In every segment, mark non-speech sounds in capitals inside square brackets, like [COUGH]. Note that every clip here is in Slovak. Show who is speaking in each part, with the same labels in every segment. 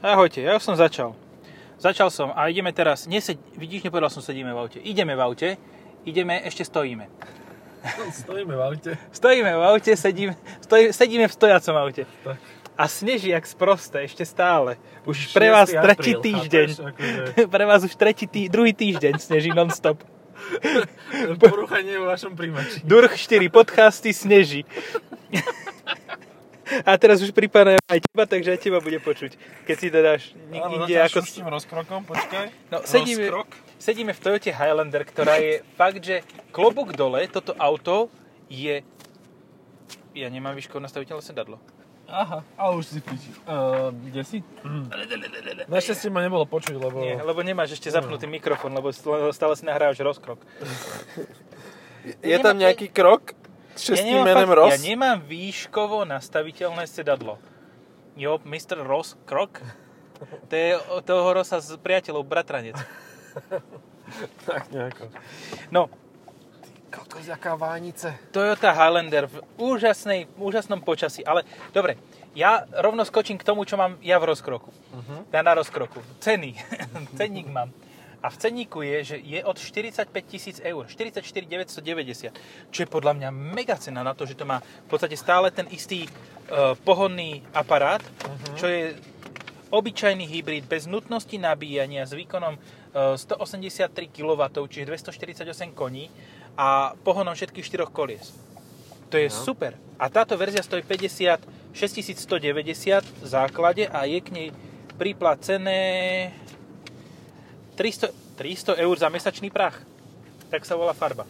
Speaker 1: Ahojte, ja už som začal. Začal som a ideme teraz, nesed, vidíš, nepovedal som, sedíme v aute. Ideme v aute, ideme, ešte stojíme.
Speaker 2: [LAUGHS] Stojíme v aute.
Speaker 1: Stojíme v aute, sedíme, stoj, sedíme v stojacom aute.
Speaker 2: Tak.
Speaker 1: A sneží jak sprosté, ešte stále. Už
Speaker 2: Už
Speaker 1: pre vás
Speaker 2: 6.
Speaker 1: tretí
Speaker 2: apríl,
Speaker 1: týždeň.
Speaker 2: chápeš, akože.
Speaker 1: [LAUGHS] pre vás už tretí tý, druhý týždeň sneží non-stop.
Speaker 2: Poruchanie vo vašom príjmači.
Speaker 1: Durch 4 podcasty sneží. [LAUGHS] A teraz už pripájame aj teba, takže aj teba bude počuť. Keď si to dáš ni-
Speaker 2: no
Speaker 1: inde ako...
Speaker 2: s tým rozkrokom, počkaj.
Speaker 1: No, sedíme, sedíme v Toyote Highlander, ktorá je fakt, že klobok dole, toto auto je... Ja nemám výškov nastaviteľné sedadlo.
Speaker 2: Aha, a už si piči.
Speaker 1: Ehm,
Speaker 2: Uh, kde si? Našťastie ma nebolo počuť, lebo...
Speaker 1: Nie, lebo nemáš ešte zapnutý mikrofón, lebo st- stále si nahrávaš rozkrok.
Speaker 3: Je
Speaker 1: Nemá-
Speaker 3: tam nejaký krok s šestým
Speaker 1: nemám
Speaker 3: menem
Speaker 1: fakt-
Speaker 3: Ross?
Speaker 1: Ja nemám výškovo nastaviteľné sedadlo. Jo, Mr. Ross Krok? To je o- toho Rosa z priateľov, bratranec.
Speaker 2: Tak nejako.
Speaker 1: No,
Speaker 3: Kokos, jaká vánice.
Speaker 1: Toyota Highlander v úžasnej, úžasnom počasí, ale dobre, ja rovno skočím k tomu, čo mám ja v rozkroku. Uh-huh. Ja na rozkroku. Ceny. [LAUGHS] Cenník mám. A v cenníku je, že je od 45 tisíc eur. 44 990. Čo je podľa mňa mega cena na to, že to má v podstate stále ten istý uh, pohonný aparát, uh-huh. čo je obyčajný hybrid bez nutnosti nabíjania s výkonom e, 183 kW, čiže 248 koní a pohonom všetkých štyroch kolies. To je no. super. A táto verzia stojí 50 6190 v základe a je k nej priplacené 300, 300 eur za mesačný prach. Tak sa volá farba.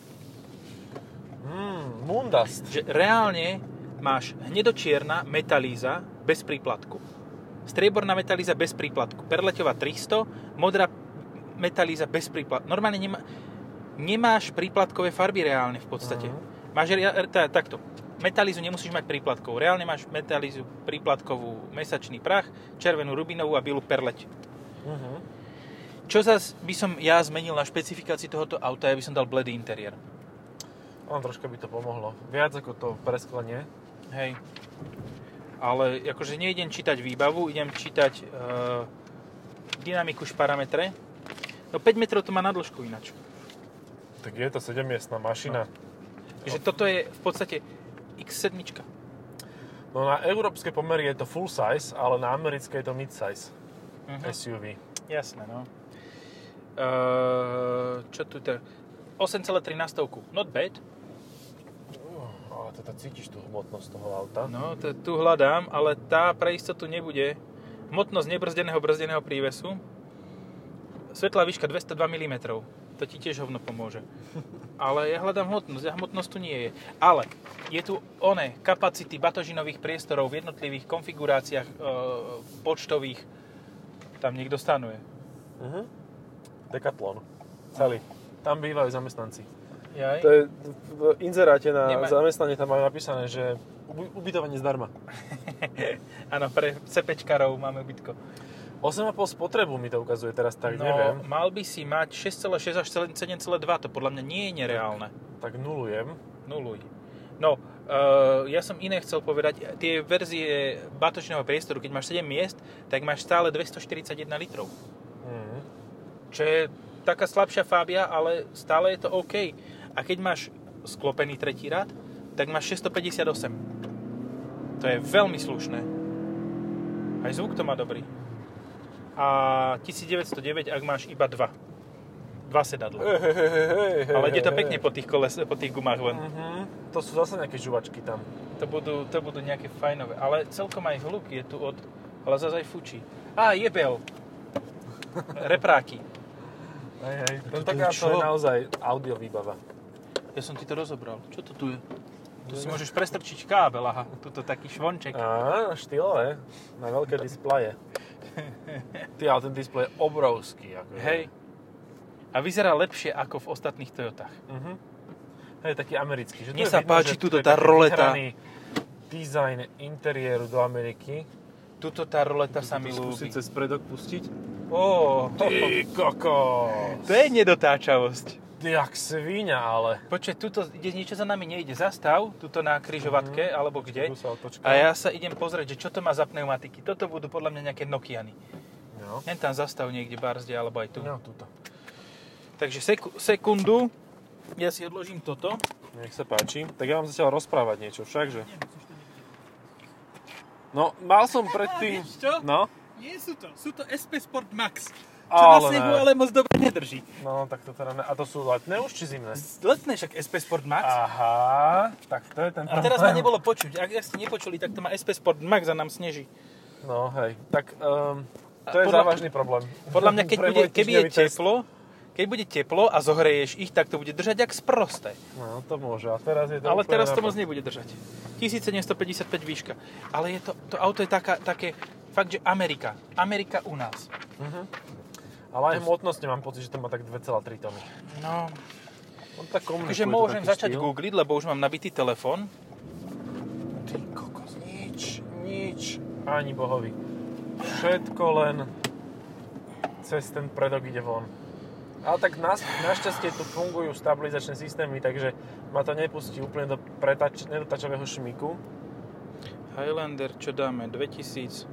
Speaker 2: Mm, Mundast.
Speaker 1: Že reálne máš hnedočierna metalíza bez príplatku. Strieborná metalíza bez príplatku. Perleťová 300, modrá metalíza bez príplatku. Normálne nemá, nemáš príplatkové farby reálne v podstate. Uh-huh. Máš rea- r- tá, takto. Metalízu nemusíš mať príplatkov. Reálne máš metalízu príplatkovú mesačný prach, červenú rubinovú a bielu perleť.
Speaker 2: Uh-huh.
Speaker 1: Čo zas by som ja zmenil na špecifikácii tohoto auta, ja by som dal bledý interiér.
Speaker 2: On troška by to pomohlo. Viac ako to presklenie.
Speaker 1: Hej. Ale akože nejdem čítať výbavu, idem čítať e, dynamiku už parametre. No 5 metrov to má na dĺžku ináč.
Speaker 2: Tak je to 7 miestna mašina.
Speaker 1: Takže toto je v podstate X7.
Speaker 2: No na európske pomery je to full size, ale na americké je to mid size
Speaker 1: Mhm.
Speaker 2: SUV.
Speaker 1: Jasné, no. E, čo tu teda? to 8,3 na stovku. Not bad.
Speaker 2: Ale teda cítiš tú hmotnosť toho auta.
Speaker 1: No, to, tu hľadám, ale tá pre istotu nebude. Hmotnosť nebrzdeného brzdeného prívesu. Svetlá výška 202 mm. To ti tiež hovno pomôže. Ale ja hľadám hmotnosť a hmotnosť tu nie je. Ale je tu one kapacity batožinových priestorov v jednotlivých konfiguráciách e, počtových. Tam niekto stanuje.
Speaker 2: Mhm. Decathlon. Celý. Tam bývajú zamestnanci.
Speaker 1: Jaj.
Speaker 2: To je v inzeráte na
Speaker 1: Nemá-
Speaker 2: zamestnanie, tam majú napísané, že uby- ubytovanie zdarma.
Speaker 1: [LAUGHS] Áno, pre cepečkarov máme bytko.
Speaker 2: 8,5 spotrebu mi to ukazuje teraz, tak
Speaker 1: No,
Speaker 2: neviem.
Speaker 1: mal by si mať 6,6 až 7,2. To podľa mňa nie je nereálne.
Speaker 2: Tak nulujem.
Speaker 1: Nuluj. No, uh, ja som iné chcel povedať. Tie verzie batočného priestoru, keď máš 7 miest, tak máš stále 241 litrov.
Speaker 2: Mhm.
Speaker 1: Čo je taká slabšia Fabia, ale stále je to OK. A keď máš sklopený tretí rad, tak máš 658. To je veľmi slušné. Aj zvuk to má dobrý. A 1909, ak máš iba dva. Dva sedadla. Ale ide to pekne po tých, koles, po tých gumách len.
Speaker 2: Mhm. To sú zase nejaké žuvačky tam.
Speaker 1: To budú, to budú nejaké fajnové, ale celkom aj hluk je tu od, ale zase aj fučí. Á, jebel! Repráky.
Speaker 2: Hej, hej. To,
Speaker 1: to
Speaker 2: taká,
Speaker 1: je
Speaker 2: to je
Speaker 1: čo?
Speaker 2: naozaj audio výbava.
Speaker 1: Ja som ti to rozobral. Čo to tu je? Tu si môžeš prestrčiť kábel, aha. Tuto taký švonček.
Speaker 2: Á, štýlové. Na veľké [LAUGHS] displeje. Ty, ale ten displej je obrovský. akože. Ako
Speaker 1: Hej. A vyzerá lepšie ako v ostatných Toyotách.
Speaker 2: Mhm. Hej, taký americký. Že tu
Speaker 1: Mne
Speaker 2: je
Speaker 1: sa
Speaker 2: vidno,
Speaker 1: páči
Speaker 2: že
Speaker 1: tuto
Speaker 2: to je
Speaker 1: tá
Speaker 2: taký
Speaker 1: roleta.
Speaker 2: vyhraný Dizajn interiéru do Ameriky.
Speaker 1: Tuto tá roleta sa mi ľúbi.
Speaker 2: Skúsim cez predok pustiť.
Speaker 1: Ó,
Speaker 2: Ty koko!
Speaker 1: to je nedotáčavosť.
Speaker 2: Ty jak svíňa, ale.
Speaker 1: Počkaj, tuto ide, niečo za nami nejde. Zastav, tuto na križovatke, alebo kde.
Speaker 2: Tu sa otočka.
Speaker 1: A ja sa idem pozrieť, že čo to má za pneumatiky. Toto budú podľa mňa nejaké Nokiany.
Speaker 2: Jo.
Speaker 1: Len tam zastav niekde barzde, alebo aj tu.
Speaker 2: No, tuto.
Speaker 1: Takže seku- sekundu, ja si odložím toto.
Speaker 2: Nech sa páči. Tak ja vám zatiaľ rozprávať niečo však, že? No, mal som predtým...
Speaker 1: Vieš čo?
Speaker 2: No,
Speaker 1: Nie sú to, sú to SP Sport Max. Čo
Speaker 2: Ale
Speaker 1: na snehu
Speaker 2: ne.
Speaker 1: ale moc dobre nedrží.
Speaker 2: no, tak to teda... Ne... A to sú letné už či zimné?
Speaker 1: Letné však SP Sport Max.
Speaker 2: Aha, tak to je ten
Speaker 1: A teraz ma nebolo počuť. Ak, ak ste nepočuli, tak to má SP Sport Max a nám sneží.
Speaker 2: No, hej. Tak um, to
Speaker 1: A
Speaker 2: je
Speaker 1: podľa-
Speaker 2: závažný problém.
Speaker 1: Podľa mňa, keď
Speaker 2: Pre
Speaker 1: bude, keby
Speaker 2: môj
Speaker 1: je
Speaker 2: týždňový test.
Speaker 1: teplo, keď bude teplo a zohreješ ich, tak to bude držať jak sprosté.
Speaker 2: No, to môže. A teraz je No, to
Speaker 1: Ale
Speaker 2: úplne
Speaker 1: teraz to
Speaker 2: na-
Speaker 1: moc nebude držať. 1155 výška. Ale je to, to auto je taká, také, fakt, že Amerika. Amerika u nás.
Speaker 2: Ale aj hmotnosť mám pocit, že to má tak 2,3 tony.
Speaker 1: No,
Speaker 2: On tak komunikuje.
Speaker 1: takže
Speaker 2: to
Speaker 1: môžem
Speaker 2: taký
Speaker 1: začať
Speaker 2: štýl.
Speaker 1: googliť, lebo už mám nabitý telefón.
Speaker 2: Ty kokos, nič, nič. Ani bohovi. Všetko len cez ten predok ide von. Ale tak nás, našťastie tu fungujú stabilizačné systémy, takže ma to nepustí úplne do pretač, nedotačového šmiku.
Speaker 1: Highlander, čo dáme? 2000.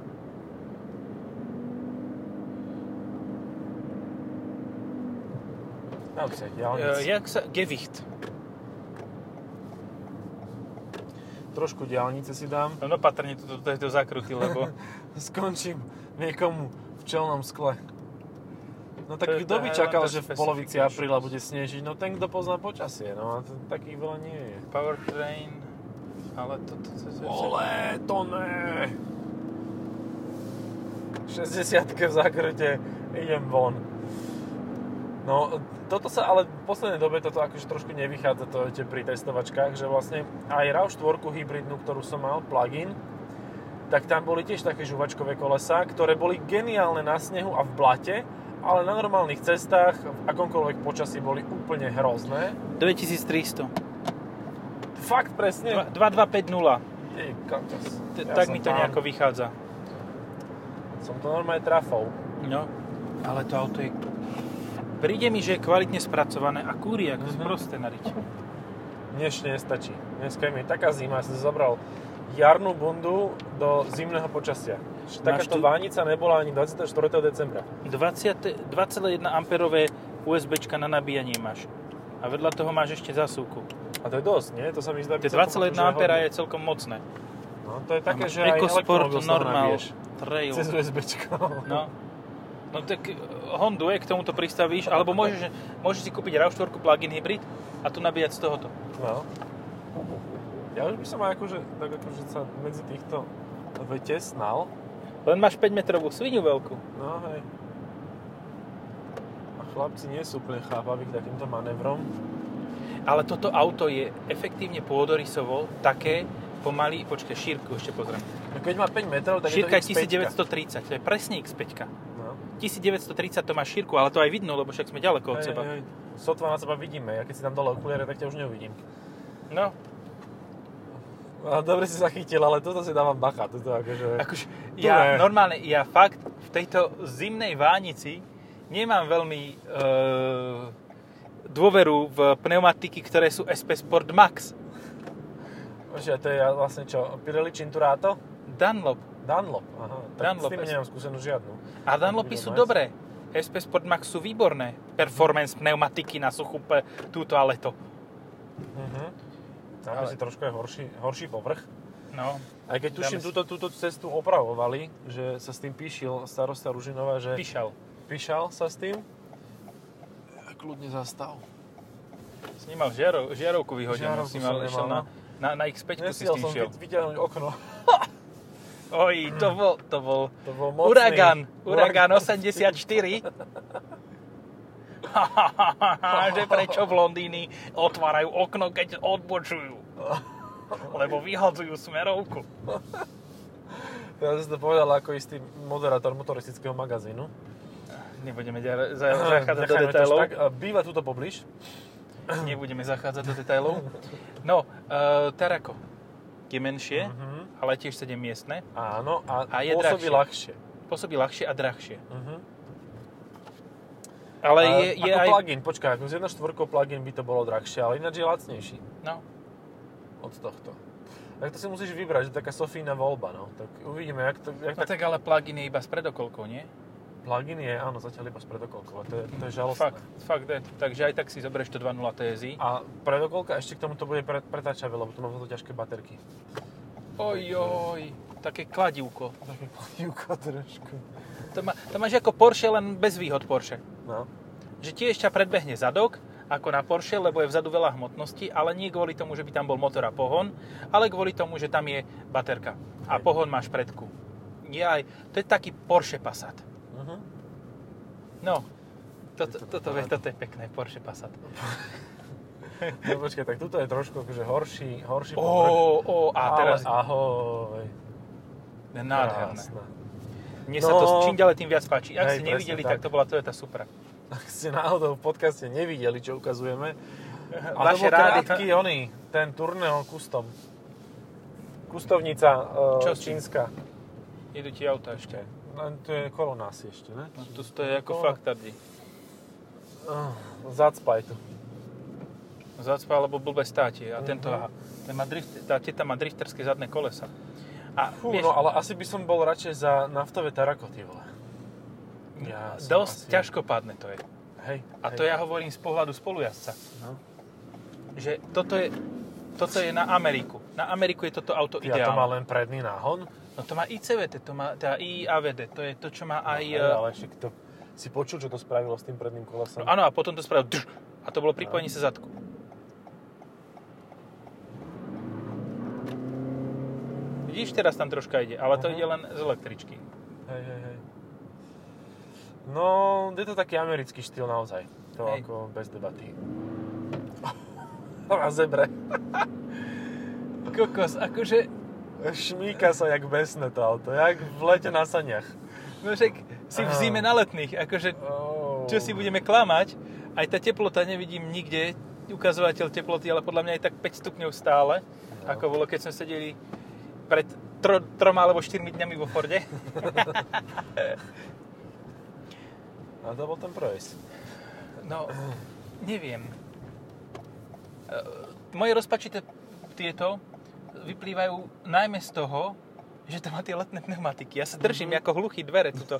Speaker 2: Naozaj, ja
Speaker 1: Uh, jak sa... Gewicht.
Speaker 2: trošku diálnice si dám.
Speaker 1: No opatrne to, to, to, to zakrutý,
Speaker 2: [LAUGHS]
Speaker 1: lebo...
Speaker 2: Skončím niekomu v čelnom skle. No
Speaker 1: To je
Speaker 2: tak kto by
Speaker 1: tá
Speaker 2: čakal,
Speaker 1: Highlander
Speaker 2: že v polovici
Speaker 1: Pacific.
Speaker 2: apríla bude snežiť? No ten, kto pozná počasie, no a t- takých veľa nie je.
Speaker 1: Powertrain... Ale to... to, to, to, to, to.
Speaker 2: Ole, to ne! 60 v zakrute, idem von. No, toto sa ale v poslednej dobe toto akože trošku nevychádza to tie pri testovačkách, že vlastne aj RAV4 hybridnú, ktorú som mal, plug-in, tak tam boli tiež také žuvačkové kolesá, ktoré boli geniálne na snehu a v blate, ale na normálnych cestách, v akomkoľvek počasí, boli úplne hrozné.
Speaker 1: 2300.
Speaker 2: Fakt presne.
Speaker 1: 2250.
Speaker 2: Ty kokos.
Speaker 1: No, T-
Speaker 2: Ja
Speaker 1: tak
Speaker 2: som
Speaker 1: mi to
Speaker 2: tam.
Speaker 1: nejako vychádza.
Speaker 2: Som to normálne trafou.
Speaker 1: No, ale to auto je... Príde mi, že je kvalitne spracované a kúri ako
Speaker 2: Mhm.
Speaker 1: mm-hmm. sprosté na riť.
Speaker 2: Dnes nestačí. Dneska je mi taká zima, ja som si zobral jarnú bundu do zimného počasia. Čiže
Speaker 1: Máš
Speaker 2: Takáto
Speaker 1: tu-
Speaker 2: vánica nebola ani 24. decembra.
Speaker 1: 20 2,1 amperové USBčka na nabíjanie máš. A vedľa toho máš ešte zasúku.
Speaker 2: A to je dosť, nie? To sa mi zdá...
Speaker 1: Tie
Speaker 2: celkom
Speaker 1: 2,1
Speaker 2: akože
Speaker 1: ampera
Speaker 2: hodne.
Speaker 1: je celkom mocné.
Speaker 2: No to je
Speaker 1: A
Speaker 2: také,
Speaker 1: máš
Speaker 2: že aj
Speaker 1: EcoSport
Speaker 2: elektromobil
Speaker 1: Normal
Speaker 2: nabiješ.
Speaker 1: Trail.
Speaker 2: Cez USBčko.
Speaker 1: No. No tak eh, Hondu E k tomuto pristavíš, alebo môžeš, eh, môžeš si kúpiť RAV4 plug-in hybrid a tu nabíjať z tohoto.
Speaker 2: no. Ja už by som aj akože, tak akože sa medzi týchto vytesnal.
Speaker 1: Len máš 5 metrovú svinu veľkú.
Speaker 2: No hej. A chlapci nie sú úplne chápaví k takýmto manévrom.
Speaker 1: Ale toto auto je efektívne pôdorysovo také pomaly, počkaj, šírku ešte pozriem.
Speaker 2: No keď má 5 metrov, tak
Speaker 1: Šírka
Speaker 2: je to
Speaker 1: je 1930, to je presne X5.
Speaker 2: No.
Speaker 1: 1930 to má šírku, ale to aj vidno, lebo však sme ďaleko od
Speaker 2: Hej,
Speaker 1: seba.
Speaker 2: hej, hej. Sotva na seba vidíme, ja keď si tam dole okuliare, tak ťa už neuvidím.
Speaker 1: No,
Speaker 2: A No, dobre si zachytil, ale toto si dávam bacha, toto akože...
Speaker 1: akože
Speaker 2: Tu
Speaker 1: ja
Speaker 2: ne.
Speaker 1: normálne, ja fakt v tejto zimnej vánici nemám veľmi e, dôveru v pneumatiky, ktoré sú SP Sport Max.
Speaker 2: Že to je ja vlastne čo, Pirelli Cinturato?
Speaker 1: Dunlop.
Speaker 2: Dunlop, aha. Tak
Speaker 1: Dunlop,
Speaker 2: s tým
Speaker 1: jasne.
Speaker 2: nemám skúsenú žiadnu.
Speaker 1: A Dunlopy sú
Speaker 2: Nice.
Speaker 1: dobré. SP Sport Max sú výborné. Performance pneumatiky na suchú pe- túto a leto.
Speaker 2: Mhm. Tam
Speaker 1: Ale-
Speaker 2: si trošku je horší, horší povrch.
Speaker 1: No,
Speaker 2: Aj
Speaker 1: Dáme
Speaker 2: keď tuším,
Speaker 1: si-
Speaker 2: túto, túto cestu opravovali, že sa s tým píšil starosta Ružinová, že
Speaker 1: píšal.
Speaker 2: píšal sa s tým. Kľudne zastav.
Speaker 1: S ním mal žiarov, žiarovku vyhodil,
Speaker 2: Žiarovku
Speaker 1: s ním mal,
Speaker 2: som
Speaker 1: išiel na,
Speaker 2: nemal,
Speaker 1: na, na X5 si s
Speaker 2: Nestiel
Speaker 1: tým
Speaker 2: som
Speaker 1: šiel.
Speaker 2: keď vyťahnuť okno.
Speaker 1: Oj, to bol, to bol,
Speaker 2: To bol mocný.
Speaker 1: Uragan, Uragan 84. [LAUGHS] že prečo blondíny otvárajú okno, keď odbočujú. Lebo vyhadzujú smerovku.
Speaker 2: Ja som to povedal ako istý moderátor motoristického magazínu. Hm,
Speaker 1: Nebudeme ďa- za- zachádzať do
Speaker 2: Nechajme to až
Speaker 1: detailov.
Speaker 2: tak. A Býva tuto poblíž.
Speaker 1: Nebudeme zachádzať do detailov. No, uh, Tarako je menšie,
Speaker 2: Mhm.
Speaker 1: ale tiež 7 miestne.
Speaker 2: Áno, a,
Speaker 1: A je
Speaker 2: pôsobí
Speaker 1: drahšie.
Speaker 2: ľahšie.
Speaker 1: Pôsobí ľahšie a drahšie.
Speaker 2: Mhm.
Speaker 1: Ale
Speaker 2: A
Speaker 1: je, je
Speaker 2: ako
Speaker 1: aj...
Speaker 2: plugin, počkaj, ako z 1.4 plugin by to bolo drahšie, ale ináč je lacnejší
Speaker 1: No,
Speaker 2: od tohto. Tak to si musíš vybrať, že taká Sofína voľba, no. Tak uvidíme, jak to... Jak
Speaker 1: no tak ale plug-in je iba s predokolkou, nie?
Speaker 2: tak... Plugin je, áno, zatiaľ iba z predokolkova, to je, to je žalostné.
Speaker 1: Fakt, fakt, je. takže aj tak si zoberieš to 2.0 TSI.
Speaker 2: A predokolka ešte k tomu to bude pre, pretáčavé, lebo tu mám za to ťažké baterky.
Speaker 1: Ojoj, také kladivko.
Speaker 2: Také kladivko trošku.
Speaker 1: To, má, to máš ako Porsche, len bez výhod Porsche.
Speaker 2: No.
Speaker 1: Že tiež ťa predbehne zadok, ako na Porsche, lebo je vzadu veľa hmotnosti, ale nie kvôli tomu, že by tam bol motor a pohon, ale kvôli tomu, že tam je baterka a
Speaker 2: Hej.
Speaker 1: pohon máš predku. Je aj, to je taký Porsche Passat.
Speaker 2: Uh-huh.
Speaker 1: No, toto,
Speaker 2: Je to
Speaker 1: toto,
Speaker 2: paráda.
Speaker 1: toto je pekné, Porsche Passat.
Speaker 2: No počkaj, tak tuto je trošku akože horší, horší
Speaker 1: Ó,
Speaker 2: povrch.
Speaker 1: ó, a teraz
Speaker 2: Ale ahoj.
Speaker 1: je nádherné.
Speaker 2: Krásne.
Speaker 1: Mne sa to
Speaker 2: No.
Speaker 1: čím ďalej tým viac páči. Ak ste
Speaker 2: Hej, presne
Speaker 1: nevideli, tak.
Speaker 2: tak.
Speaker 1: to bola Toyota Supra.
Speaker 2: Ak ste náhodou v podcaste nevideli, čo ukazujeme, a to
Speaker 1: Vaše
Speaker 2: bol
Speaker 1: rády.
Speaker 2: krátky oný, ten turneo kustom. Kustovnica
Speaker 1: Čo
Speaker 2: uh,
Speaker 1: s tým?
Speaker 2: čínska.
Speaker 1: Idú ti auta ešte.
Speaker 2: Len to je kolo nás ešte, ne?
Speaker 1: No, to, to je ako
Speaker 2: Kolo.
Speaker 1: fakt tady.
Speaker 2: Uh, zacpaj to.
Speaker 1: Zacpa alebo blbé státie. A tento,
Speaker 2: Mhm.
Speaker 1: aha, ten má drift, tá teta má drifterské zadné kolesa. A
Speaker 2: Fú,
Speaker 1: vieš,
Speaker 2: no ale asi by som bol radšej za naftové tarakoty, vole. Ja som
Speaker 1: dosť
Speaker 2: asi-
Speaker 1: ťažkopádne to je.
Speaker 2: Hej,
Speaker 1: A
Speaker 2: hej.
Speaker 1: to ja hovorím z pohľadu spolujazca.
Speaker 2: No.
Speaker 1: Že toto je, toto je na Ameriku. Na Ameriku je toto auto
Speaker 2: Ja to má
Speaker 1: ideálne.
Speaker 2: len predný náhon.
Speaker 1: No to má ICVT, to má tá IAVD, to je to, čo má aj... e-
Speaker 2: Hej, ale však to... Si počul, čo to spravilo s tým predným kolesom?
Speaker 1: No áno, a potom to spravil drž, a to bolo pripojenie sa zadku. Vidíš, teraz tam troška ide, ale to
Speaker 2: Mhm.
Speaker 1: ide len z električky.
Speaker 2: Hej, hej, hej. No, je to taký americký štýl naozaj. To
Speaker 1: Hej.
Speaker 2: ako bez debaty. [LAUGHS] A zebre.
Speaker 1: Kokos, akože,
Speaker 2: Šmíka sa jak besné to auto, jak v lete na saniach.
Speaker 1: no však si v
Speaker 2: Áno.
Speaker 1: zime na letných, akože,
Speaker 2: Oh.
Speaker 1: čo si budeme klamať, aj tá teplota nevidím nikde, ukazovateľ teploty, ale podľa mňa je tak 5 stupňov stále, ako bolo, keď sme sedeli pred tro, troma alebo štyrmi dňami vo Forde.
Speaker 2: A to bol ten projezd.
Speaker 1: No, neviem. E, Moje rozpačité tieto vyplývajú najmä z toho, že to má tie letné pneumatiky. Ja sa držím ako hluchý dvere tuto.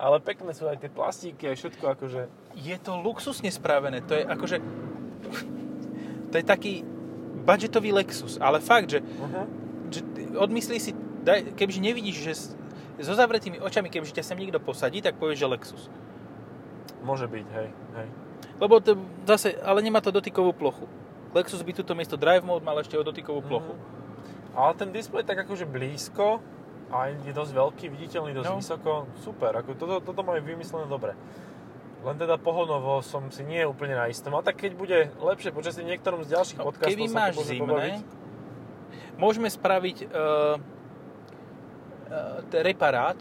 Speaker 2: Ale pekné sú aj tie plastíky, aj všetko akože...
Speaker 1: Je to luxusne spravené. To je akože... To je taký budgetový Lexus. Ale fakt, že,
Speaker 2: Uh-huh.
Speaker 1: že ty odmyslí si... Daj, kebyže nevidíš, že s- so zavretými očami, kebyže ťa sem niekto posadí, tak povieš, že Lexus.
Speaker 2: Môže byť, hej, hej.
Speaker 1: Lebo to zase, ale nemá to dotykovú plochu. Lexus by tuto miesto drive mode mal ešte o dotykovú plochu.
Speaker 2: Mhm. Ale ten displej tak akože blízko a je dosť veľký, viditeľný, dosť
Speaker 1: No.
Speaker 2: vysoko. Super, ako toto, toto majú vymyslené dobre. Len teda pohonovo som si nie úplne na istom. A tak keď bude lepšie počasie v niektorom z ďalších
Speaker 1: No,
Speaker 2: podcastov
Speaker 1: keby
Speaker 2: sa tu
Speaker 1: máš
Speaker 2: môžeme
Speaker 1: zimné, môžeme spraviť uh, uh, reparát,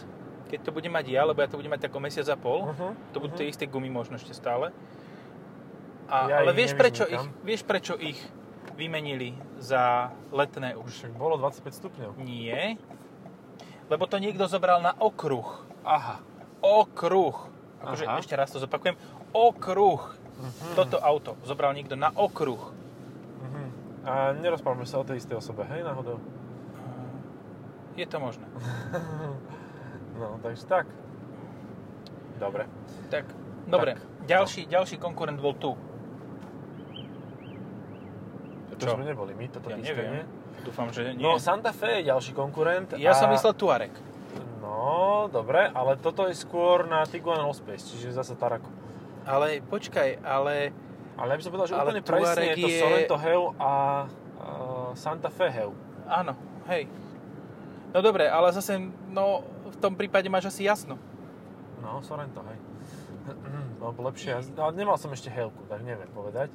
Speaker 1: keď to bude mať ja, lebo ja to budem mať ako mesiac a pol.
Speaker 2: Uh-huh.
Speaker 1: To budú tie isté gumy možno ešte stále. A,
Speaker 2: Ja
Speaker 1: ale
Speaker 2: ich
Speaker 1: vieš prečo, ich,
Speaker 2: nevyzmykam.
Speaker 1: vieš prečo ich vymenili za letné už?
Speaker 2: Však bolo 25 stupňov.
Speaker 1: Nie. Lebo to niekto zobral na okruh.
Speaker 2: Aha.
Speaker 1: okruh. Akože
Speaker 2: Aha. Mhm.
Speaker 1: ešte raz to zopakujem. Okruh. Toto auto zobral niekto na okruh.
Speaker 2: Uh-huh. A nerozprávame sa o tej istej osobe, hej, náhodou.
Speaker 1: Je to možné.
Speaker 2: No, takže tak. Dobre.
Speaker 1: Tak, dobre. Ďalší, ďalší konkurent bol tu.
Speaker 2: To
Speaker 1: Čo?
Speaker 2: sme neboli my, toto
Speaker 1: Ja
Speaker 2: pískanie.
Speaker 1: neviem. Dúfam, že nie.
Speaker 2: No, Santa Fe je ďalší konkurent.
Speaker 1: ja
Speaker 2: a-
Speaker 1: som myslel Tuareg.
Speaker 2: No, dobre, ale toto je skôr na Tiguan Allspace, čiže zase Tarako.
Speaker 1: Ale počkaj, ale
Speaker 2: Ale ja by som povedal, že
Speaker 1: Ale
Speaker 2: úplne presne
Speaker 1: Touareg
Speaker 2: je to
Speaker 1: je-
Speaker 2: Sorento Heu a uh, Santa Fe Heu.
Speaker 1: áno, hej. No dobre, ale zase, no v tom prípade máš asi jasno.
Speaker 2: No, Sorento, hej. Lebo lepšie jazd... Ale nemal som ešte Heuku, tak neviem povedať.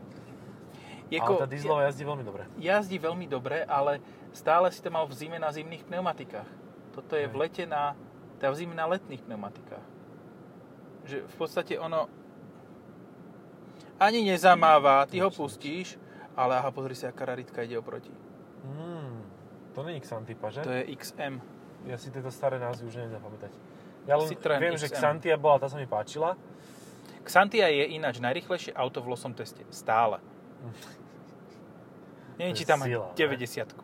Speaker 2: ale tá dieselová jazdí veľmi dobre.
Speaker 1: jazdí veľmi dobre, ale stále si to mal v zime na zimných pneumatikách. Toto je
Speaker 2: Hej.
Speaker 1: v lete na, teda v zime na letných pneumatikách. Že v podstate ono ani nezamáva, ty ho pustíš, ale aha, pozri si, aká raritka ide oproti.
Speaker 2: Mm, to není Xantipa, že?
Speaker 1: To je XM.
Speaker 2: Ja si tieto staré názvy už neviem zapamätať. Ja len
Speaker 1: Citroen
Speaker 2: viem, že
Speaker 1: XM.
Speaker 2: Xantia bola, tá sa mi páčila.
Speaker 1: Xantia je ináč najrychlejšie auto v losom teste.
Speaker 2: [LAUGHS]
Speaker 1: Stále. Neviem,
Speaker 2: To
Speaker 1: či
Speaker 2: je
Speaker 1: tam má
Speaker 2: sila, ne?
Speaker 1: 90.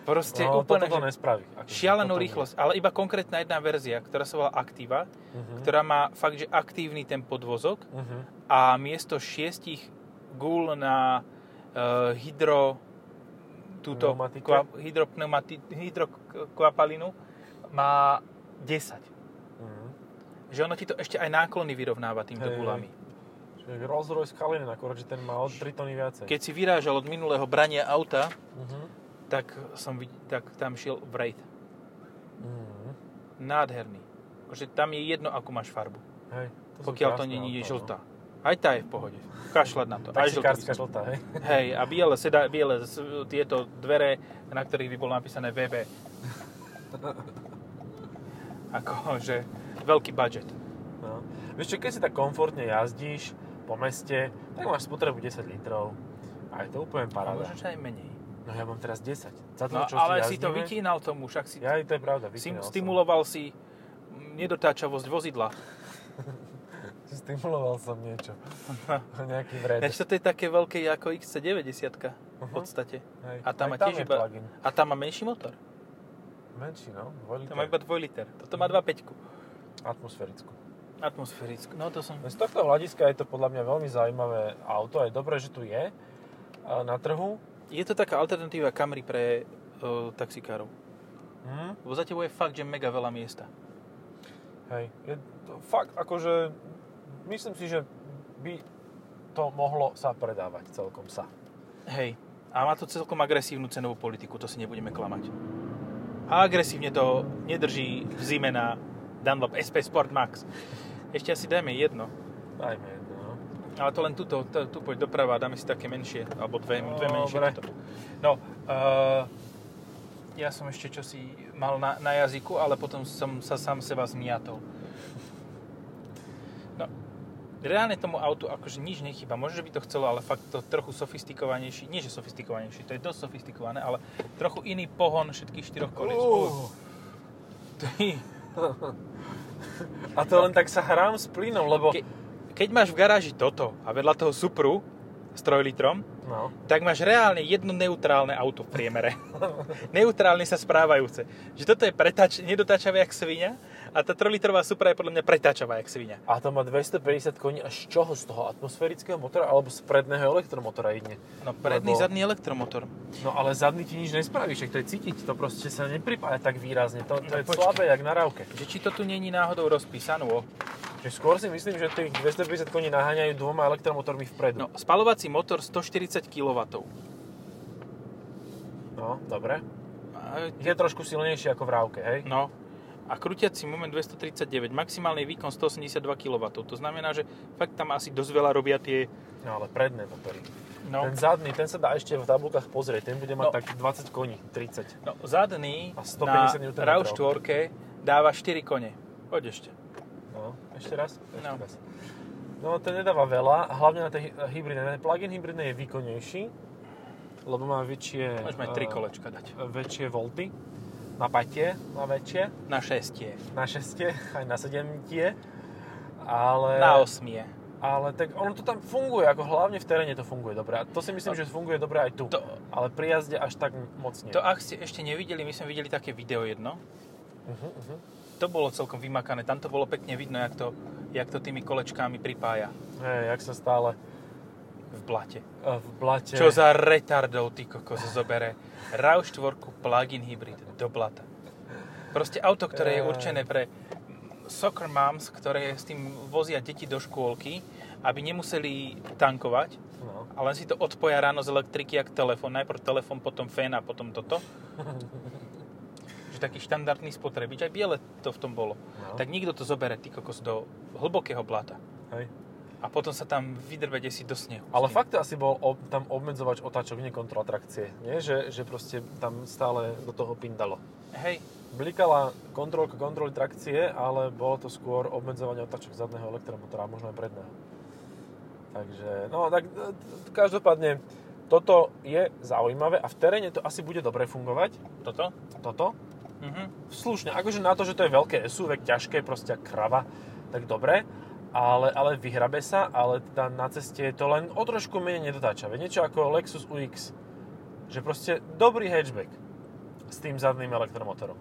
Speaker 1: Proste
Speaker 2: no,
Speaker 1: úplne
Speaker 2: toto to
Speaker 1: že
Speaker 2: nespraví. Akože
Speaker 1: šialenú
Speaker 2: toto nie.
Speaker 1: rýchlosť. Ale iba konkrétna jedna verzia, ktorá sa volá Activa,
Speaker 2: Mhm.
Speaker 1: ktorá má fakt, že aktívny ten podvozok
Speaker 2: Mhm.
Speaker 1: a miesto šiestich gul na uh, hydro túto
Speaker 2: Pneumatike?
Speaker 1: kva, hydropneumati, hydrokvapalinu má 10.
Speaker 2: Mhm.
Speaker 1: Že ono ti to ešte aj náklony vyrovnáva týmto
Speaker 2: Hej,
Speaker 1: gulami.
Speaker 2: Čiže Rolls Royce Kalinin, Eh, akorát, že ten má od 3 tony viacej.
Speaker 1: Keď si vyrážal od minulého brania auta,
Speaker 2: Mhm.
Speaker 1: tak, som, vid- tak tam šiel Wraith.
Speaker 2: Mhm.
Speaker 1: Nádherný. Že tam je jedno, akú máš farbu.
Speaker 2: Hej, to sú
Speaker 1: Pokiaľ to nie
Speaker 2: krásne
Speaker 1: je
Speaker 2: autá, no.
Speaker 1: žltá. Aj tá je v pohode. Kašľať na to. Aj žltá. by
Speaker 2: Taxikárska
Speaker 1: som-
Speaker 2: žltá, hej.
Speaker 1: Hej, a biele, seda, biele s- tieto dvere, na ktorých by bolo napísané
Speaker 2: [LAUGHS]
Speaker 1: VB. Akože veľký budget.
Speaker 2: No. Vieš čo, keď si tak komfortne jazdíš po meste, tak máš spotrebu 10 litrov. A je to
Speaker 1: A
Speaker 2: úplne paráda.
Speaker 1: možno čo aj menej.
Speaker 2: No ja mám teraz 10. Za to,
Speaker 1: No,
Speaker 2: čo
Speaker 1: ale
Speaker 2: si,
Speaker 1: si to
Speaker 2: jazdíme-
Speaker 1: vytínal tomu, však si
Speaker 2: Ja, to je pravda,
Speaker 1: sim,
Speaker 2: vytínal som.
Speaker 1: stimuloval si nedotáčavosť vozidla.
Speaker 2: Stimuloval som
Speaker 1: [LAUGHS]
Speaker 2: niečo. Nejaký vred.
Speaker 1: Takže toto je také veľké ako XC90 v
Speaker 2: Mhm.
Speaker 1: podstate.
Speaker 2: Hej.
Speaker 1: a tam má
Speaker 2: Aj tam
Speaker 1: tiež
Speaker 2: je
Speaker 1: iba-
Speaker 2: plug-in.
Speaker 1: A tam má menší motor.
Speaker 2: Menší, no?
Speaker 1: Tam má
Speaker 2: Dvojliter.
Speaker 1: iba 2 liter. Toto má 2,5.
Speaker 2: Atmosférickú.
Speaker 1: Atmosférickú. No to som...
Speaker 2: Z tohto hľadiska je to podľa mňa veľmi zaujímavé auto. Je dobré, že tu je e, na trhu.
Speaker 1: Je to taká alternatíva Camry pre o, taxikárov.
Speaker 2: Hm?
Speaker 1: Lebo za tebou je fakt, že mega veľa miesta.
Speaker 2: Hej. Je to fakt, akože myslím si, že by to mohlo sa predávať celkom sa.
Speaker 1: Hej. A má to celkom agresívnu cenovú politiku, to si nebudeme klamať. A agresívne to nedrží v zime na Dunlop SP Sport Max. Ešte asi dajme jedno.
Speaker 2: Dajme jedno, no.
Speaker 1: Ale to len tuto, to, tu poď doprava, dáme si také menšie, alebo dve, dve
Speaker 2: Dobre.
Speaker 1: menšie. tuto. No, uh, ja som ešte čosi mal na, na jazyku, ale potom som sa sám seba zmiatol. No, reálne tomu autu akože nič nechyba. Možno že by to chcelo, ale fakt to trochu sofistikovanejší, nie že sofistikovanejší, to je dosť sofistikované, ale trochu iný pohon všetkých štyroch kolíc. Uh. Ty,
Speaker 2: A to len tak sa hrám s plynom, lebo...
Speaker 1: Ke, keď máš v garáži toto a vedľa toho Supru s trojlitrom,
Speaker 2: No.
Speaker 1: tak máš reálne jedno neutrálne auto v [LAUGHS] priemere. neutrálne sa správajúce. Že toto je pretač, nedotáčavá jak svinia a tá 3-litrová Supra je podľa mňa pretáčavá jak svinia.
Speaker 2: A to má 250 koní až z čoho? Z toho atmosférického motora alebo z predného elektromotora jedne?
Speaker 1: No predný,
Speaker 2: Lebo-
Speaker 1: zadný elektromotor.
Speaker 2: No ale zadný ti nič nespraví, však to je cítiť, to proste sa nepripája tak výrazne, to, to
Speaker 1: No
Speaker 2: je
Speaker 1: počkaj.
Speaker 2: slabé jak na rávke.
Speaker 1: Že či to tu není náhodou rozpísané.
Speaker 2: Čiže skôr si myslím, že tých 250 koní naháňajú dvoma elektromotormi
Speaker 1: No,
Speaker 2: vpredu.
Speaker 1: spalovací motor 140 kW.
Speaker 2: no dobre. Je trošku silnejší ako v rávke, hej?
Speaker 1: No, a krútiaci moment 239, maximálny výkon 182 kW. To znamená, že fakt tam asi dosť veľa robia tie...
Speaker 2: No ale predné motory.
Speaker 1: No,
Speaker 2: Ten zadný, ten sa dá ešte v tabulkách pozrieť, ten bude mať
Speaker 1: No.
Speaker 2: tak 20 koní, 30.
Speaker 1: no zadný
Speaker 2: A
Speaker 1: na
Speaker 2: 150 Nm.
Speaker 1: RAV 4 dáva 4 kone. Poď ešte.
Speaker 2: No, ešte raz? Ešte
Speaker 1: No.
Speaker 2: raz. No, ten nedáva veľa, hlavne na tej hybridnej. Ten plug-in hybridnej je výkonnejší, lebo má väčšie...
Speaker 1: Môžeme aj
Speaker 2: eh,
Speaker 1: 3 kolečka dať.
Speaker 2: Väčšie volty na patie, má väčšie,
Speaker 1: Na 6 je.
Speaker 2: na šestie, aj na sedemtie. Ale,
Speaker 1: Na 8 je.
Speaker 2: ale tak ono to tam funguje, ako hlavne v teréne to funguje dobre. A to si myslím, že funguje dobre aj tu.
Speaker 1: To,
Speaker 2: Ale pri jazde až tak moc nie.
Speaker 1: to ak ste ešte nevideli, my sme videli také video jedno.
Speaker 2: Uh-huh, uh-huh.
Speaker 1: To bolo celkom vymakané. Tam to bolo pekne vidno, jak to, jak to tými kolečkami pripája
Speaker 2: Hej, jak sa stále
Speaker 1: v blate.
Speaker 2: eh, v blate...
Speaker 1: Čo za retardov ty kokos zobere RAV4 plug-in hybrid do blata. Proste auto, ktoré je určené pre soccer moms, ktoré s tým vozia deti do škôlky, aby nemuseli tankovať
Speaker 2: No.
Speaker 1: a len si to odpoja ráno z elektriky jak telefón. Najprv telefón, potom fén a potom
Speaker 2: [LAUGHS]
Speaker 1: toto. Že taký štandardný spotrebič. Aj biele to v tom bolo.
Speaker 2: No.
Speaker 1: Tak nikto to zobere, ty kokos, do hlbokého blata.
Speaker 2: Hej.
Speaker 1: A potom sa tam vydrbe desi do snehu. S
Speaker 2: Ale
Speaker 1: tým.
Speaker 2: fakt to asi bol ob, tam obmedzovač otáčok, nie kontroltrakcie. Nie? Že, že proste tam stále do toho pindalo.
Speaker 1: Hej,
Speaker 2: Blikala kontrolka kontroly trakcie, ale bolo to skôr obmedzovanie otáčok zadného elektromotora, možno aj predného. Takže, no tak e, t- každopádne, toto je zaujímavé a v teréne to asi bude dobre fungovať,
Speaker 1: toto?
Speaker 2: toto.
Speaker 1: Mhm.
Speaker 2: Slušne, akože na to, že to je veľké SUV, ťažké, proste jak krava, tak dobre, ale, ale vyhrabe sa, ale teda na ceste je to len o trošku menej nedotáčavé. Niečo ako Lexus UX, že proste dobrý hatchback, s tým zadným elektromotorom.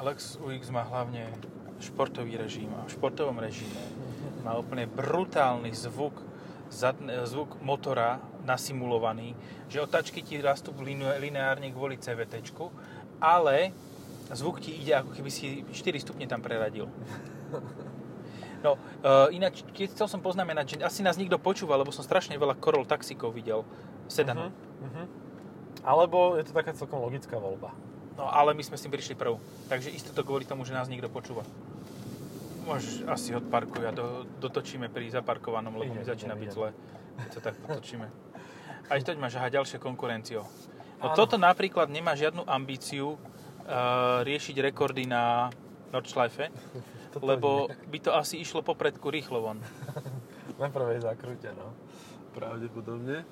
Speaker 1: Lex UX má hlavne športový režim a v športovom režime má úplne brutálny zvuk, zadne, zvuk motora nasimulovaný, že otáčky ti rastú linu- lineárne kvôli CVT, ale zvuk ti ide ako keby si 4 stupne tam preradil. No, e, ináč, keď chcel som poznamenať, že asi nás nikto počúva, lebo som strašne veľa Corol taxikov videl, sedanov.
Speaker 2: Mhm, mhm. Alebo je to taká celkom logická voľba.
Speaker 1: No ale my sme s tým prišli prv. Takže isto to kvôli tomu, že nás nikto počúva. Môžeš asi odparkuj a do, dotočíme pri zaparkovanom, lebo mi
Speaker 2: Idem,
Speaker 1: začína
Speaker 2: idem,
Speaker 1: byť
Speaker 2: idem.
Speaker 1: zle, keď sa tak potočíme. A ešte máš aha, ďalšie konkurenciou. No
Speaker 2: Áno.
Speaker 1: toto napríklad nemá žiadnu ambíciu eh, riešiť rekordy na Nordschleife,
Speaker 2: Toto
Speaker 1: lebo by to asi išlo po predku rýchlo von.
Speaker 2: Na prvej zakrute, no. Pravdepodobne.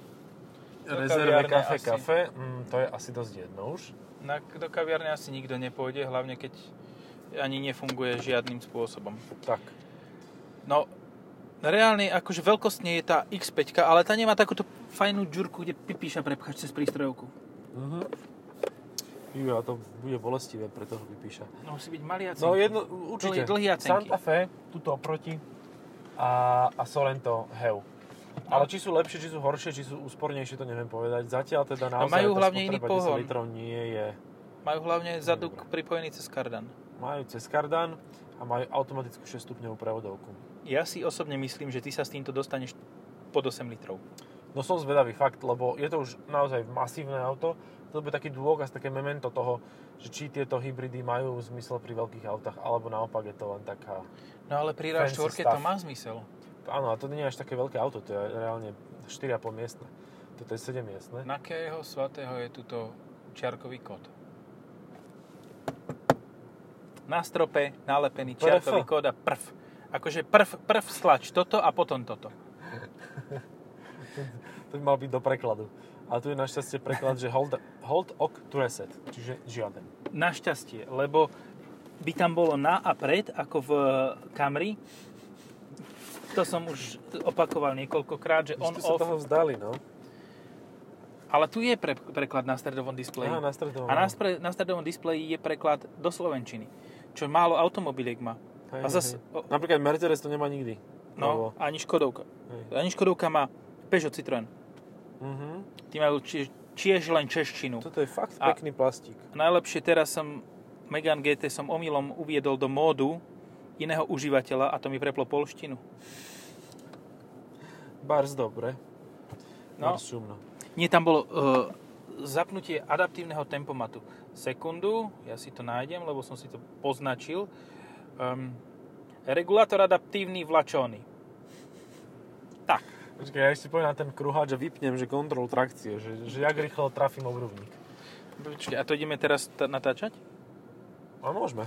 Speaker 1: Do
Speaker 2: Rezerve
Speaker 1: kaviárne
Speaker 2: kafe,
Speaker 1: asi.
Speaker 2: kafe, mm, to je asi dosť jedno už.
Speaker 1: Na, do kaviarne asi nikto nepôjde, hlavne keď ani nefunguje žiadnym spôsobom.
Speaker 2: Tak.
Speaker 1: No, reálne, akože veľkostne je tá X5, ale tá nemá takúto fajnú džurku, kde pipíša prepcháš cez prístrojovku.
Speaker 2: Mhm. Ju, a to bude bolestivé pre toho vypíša.
Speaker 1: No, musí byť malý a
Speaker 2: No
Speaker 1: cinký.
Speaker 2: jedno, určite.
Speaker 1: Dlhý- dlhý a cenký.
Speaker 2: Santa Fe, tuto oproti a, a Sorento Heu. Ale
Speaker 1: No.
Speaker 2: či sú lepšie, či sú horšie, či sú úspornejšie, to neviem povedať. Zatiaľ teda naozaj
Speaker 1: majú
Speaker 2: tá
Speaker 1: hlavne iný
Speaker 2: spotreba 10
Speaker 1: pohon.
Speaker 2: litrov nie je.
Speaker 1: Majú hlavne zadok pripojený cez kardan.
Speaker 2: Majú cez kardan a majú automatickú 6-stupňovú prevodovku.
Speaker 1: Ja si osobne myslím, že ty sa s týmto dostaneš pod 8 litrov.
Speaker 2: No som zvedavý fakt, lebo je to už naozaj masívne auto. To bude taký dôkaz, také memento toho, že či tieto hybridy majú zmysel pri veľkých autách, alebo naopak je to len taká...
Speaker 1: No ale pri
Speaker 2: Fancy
Speaker 1: RAV4
Speaker 2: stuff.
Speaker 1: to má zmysel.
Speaker 2: Áno, a to nie je až také veľké auto, to je reálne 4,5 miestne. Toto je 7 miestne.
Speaker 1: Na akého svatého je tuto čiarkový kód? Na strope nalepený
Speaker 2: Prf.
Speaker 1: čiarkový kód a prv. Akože prv, prv stlač toto a potom toto.
Speaker 2: To by mal byť do prekladu. A tu je našťastie preklad, že hold, hold ok to reset, čiže žiaden.
Speaker 1: Našťastie, lebo by tam bolo na a pred, ako v eh, Camry. To som už opakoval niekoľkokrát, že
Speaker 2: On
Speaker 1: on
Speaker 2: ste sa
Speaker 1: off.
Speaker 2: toho vzdali, no.
Speaker 1: Ale tu je pre, preklad na stredovom displeji.
Speaker 2: Aha, na stredovom.
Speaker 1: a na, spre, na stredovom displeji je preklad do Slovenčiny, čo málo automobiliek má.
Speaker 2: Hej,
Speaker 1: a zase-
Speaker 2: hej.
Speaker 1: o-
Speaker 2: Napríklad Mercedes to nemá nikdy.
Speaker 1: No, ani Škodovka.
Speaker 2: Hej.
Speaker 1: Ani Škodovka má Peugeot Citroën.
Speaker 2: Mhm.
Speaker 1: Tí majú tiež, tiež len češtinu.
Speaker 2: Toto je fakt
Speaker 1: A-
Speaker 2: pekný plastík.
Speaker 1: Najlepšie teraz som Megane GT som omylom uviedol do módu iného užívateľa a to mi preplo polštinu.
Speaker 2: Bars dobre.
Speaker 1: No.
Speaker 2: Bars šumno.
Speaker 1: Nie, tam bolo e, zapnutie adaptívneho tempomatu. Sekundu, ja si to nájdem, lebo som si to poznačil. Um, regulátor adaptívny vlačony. Tak,
Speaker 2: Počkaj, ja ešte poviem na ten kruháč a vypnem, že kontrol trakcie, že, že jak rýchlo trafím obrubník.
Speaker 1: počkej, a to ideme teraz t- natáčať?
Speaker 2: A No, môžeme.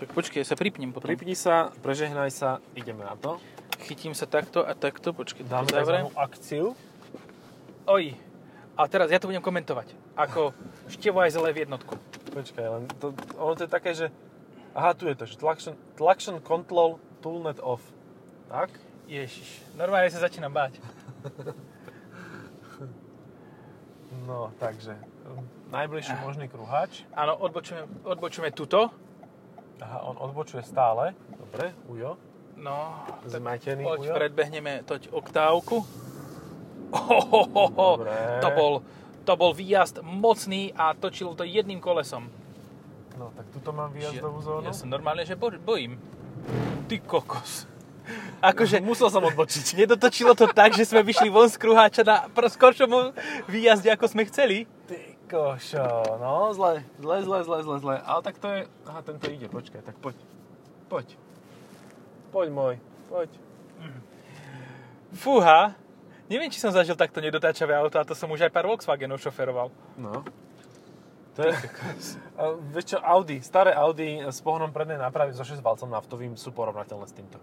Speaker 1: Tak počkej, ja sa pripnem potom.
Speaker 2: Pripni sa, prežehnaj sa, ideme na to.
Speaker 1: Chytím sa takto a takto, počkej,
Speaker 2: Dáme
Speaker 1: to zavriem.
Speaker 2: takzvanú akciu.
Speaker 1: Oj, a teraz ja to budem komentovať. Ako števo aj zelé v jednotku.
Speaker 2: Počkaj, len to, ono to je také, že... Aha, tu je to, že traction, traction control toolnet off. Tak?
Speaker 1: Ježiš, normálne sa začínam báť.
Speaker 2: No, takže. Najbližší
Speaker 1: Ah.
Speaker 2: možný kruháč.
Speaker 1: Áno, odbočujeme, odbočujeme tuto.
Speaker 2: Aha, on odbočuje stále. Dobre, ujo.
Speaker 1: No, tak
Speaker 2: Zmatený
Speaker 1: poď,
Speaker 2: ujo.
Speaker 1: predbehneme toť oktávku. Ohohoho,
Speaker 2: Dobre.
Speaker 1: to bol, to bol výjazd mocný a točil to jedným kolesom.
Speaker 2: No, tak tuto mám výjazdovú zónu.
Speaker 1: Ja sa normálne, že bo- bojím. Ty kokos. Akože
Speaker 2: Musel som odbočiť.
Speaker 1: nedotočilo to tak, že sme vyšli von z kruháča na pr- skoršom výjazde, ako sme chceli.
Speaker 2: Ty košo, no zle, zle, zle, zle, zle, zle. Ale tak to je... Aha, tento ide, počkaj, tak poď. Poď. Poď môj, poď.
Speaker 1: Fúha, neviem, či som zažil takto nedotáčavé auto a to som už aj pár Volkswagenov šoferoval.
Speaker 2: No. To je... [LAUGHS] A Vieš čo, Audi, staré Audi s pohonom prednej nápravy so 6 valcom naftovým sú porovnateľné s týmto.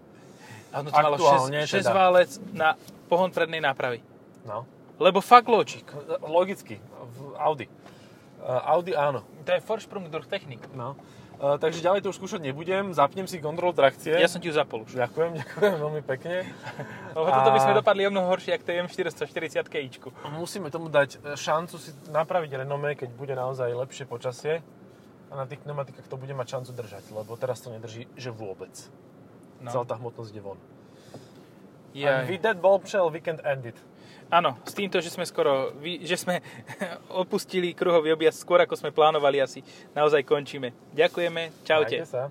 Speaker 1: Áno, to malo
Speaker 2: Aktuálne
Speaker 1: 6
Speaker 2: teda.
Speaker 1: válec na pohon prednej nápravy.
Speaker 2: No.
Speaker 1: Lebo fuck logic.
Speaker 2: Logicky, v Audi. E, Audi áno.
Speaker 1: To je Vorsprung durch Technik.
Speaker 2: No. E, takže ďalej to už skúšať nebudem, zapnem si kontrol trakcie.
Speaker 1: Ja som ti ju zapol už.
Speaker 2: Ďakujem, [LAUGHS] ďakujem veľmi pekne.
Speaker 1: Lebo toto by sme
Speaker 2: A-
Speaker 1: dopadli o mnoho horšie, ako tej M440 ičku.
Speaker 2: Musíme tomu dať e, šancu si napraviť renomé, keď bude naozaj lepšie počasie. A na tých pneumatikách to bude mať šancu držať, lebo teraz to nedrží, že vôbec. No.
Speaker 1: No.
Speaker 2: Celá tá hmotnosť je von.
Speaker 1: Jaj.
Speaker 2: Yeah. And with that bombshell we can end it.
Speaker 1: Áno, s týmto, že sme skoro, vy- že [LAUGHS] sme opustili kruhový objazd skôr, ako sme plánovali asi. Naozaj končíme. Ďakujeme, čaute.
Speaker 2: Majte sa.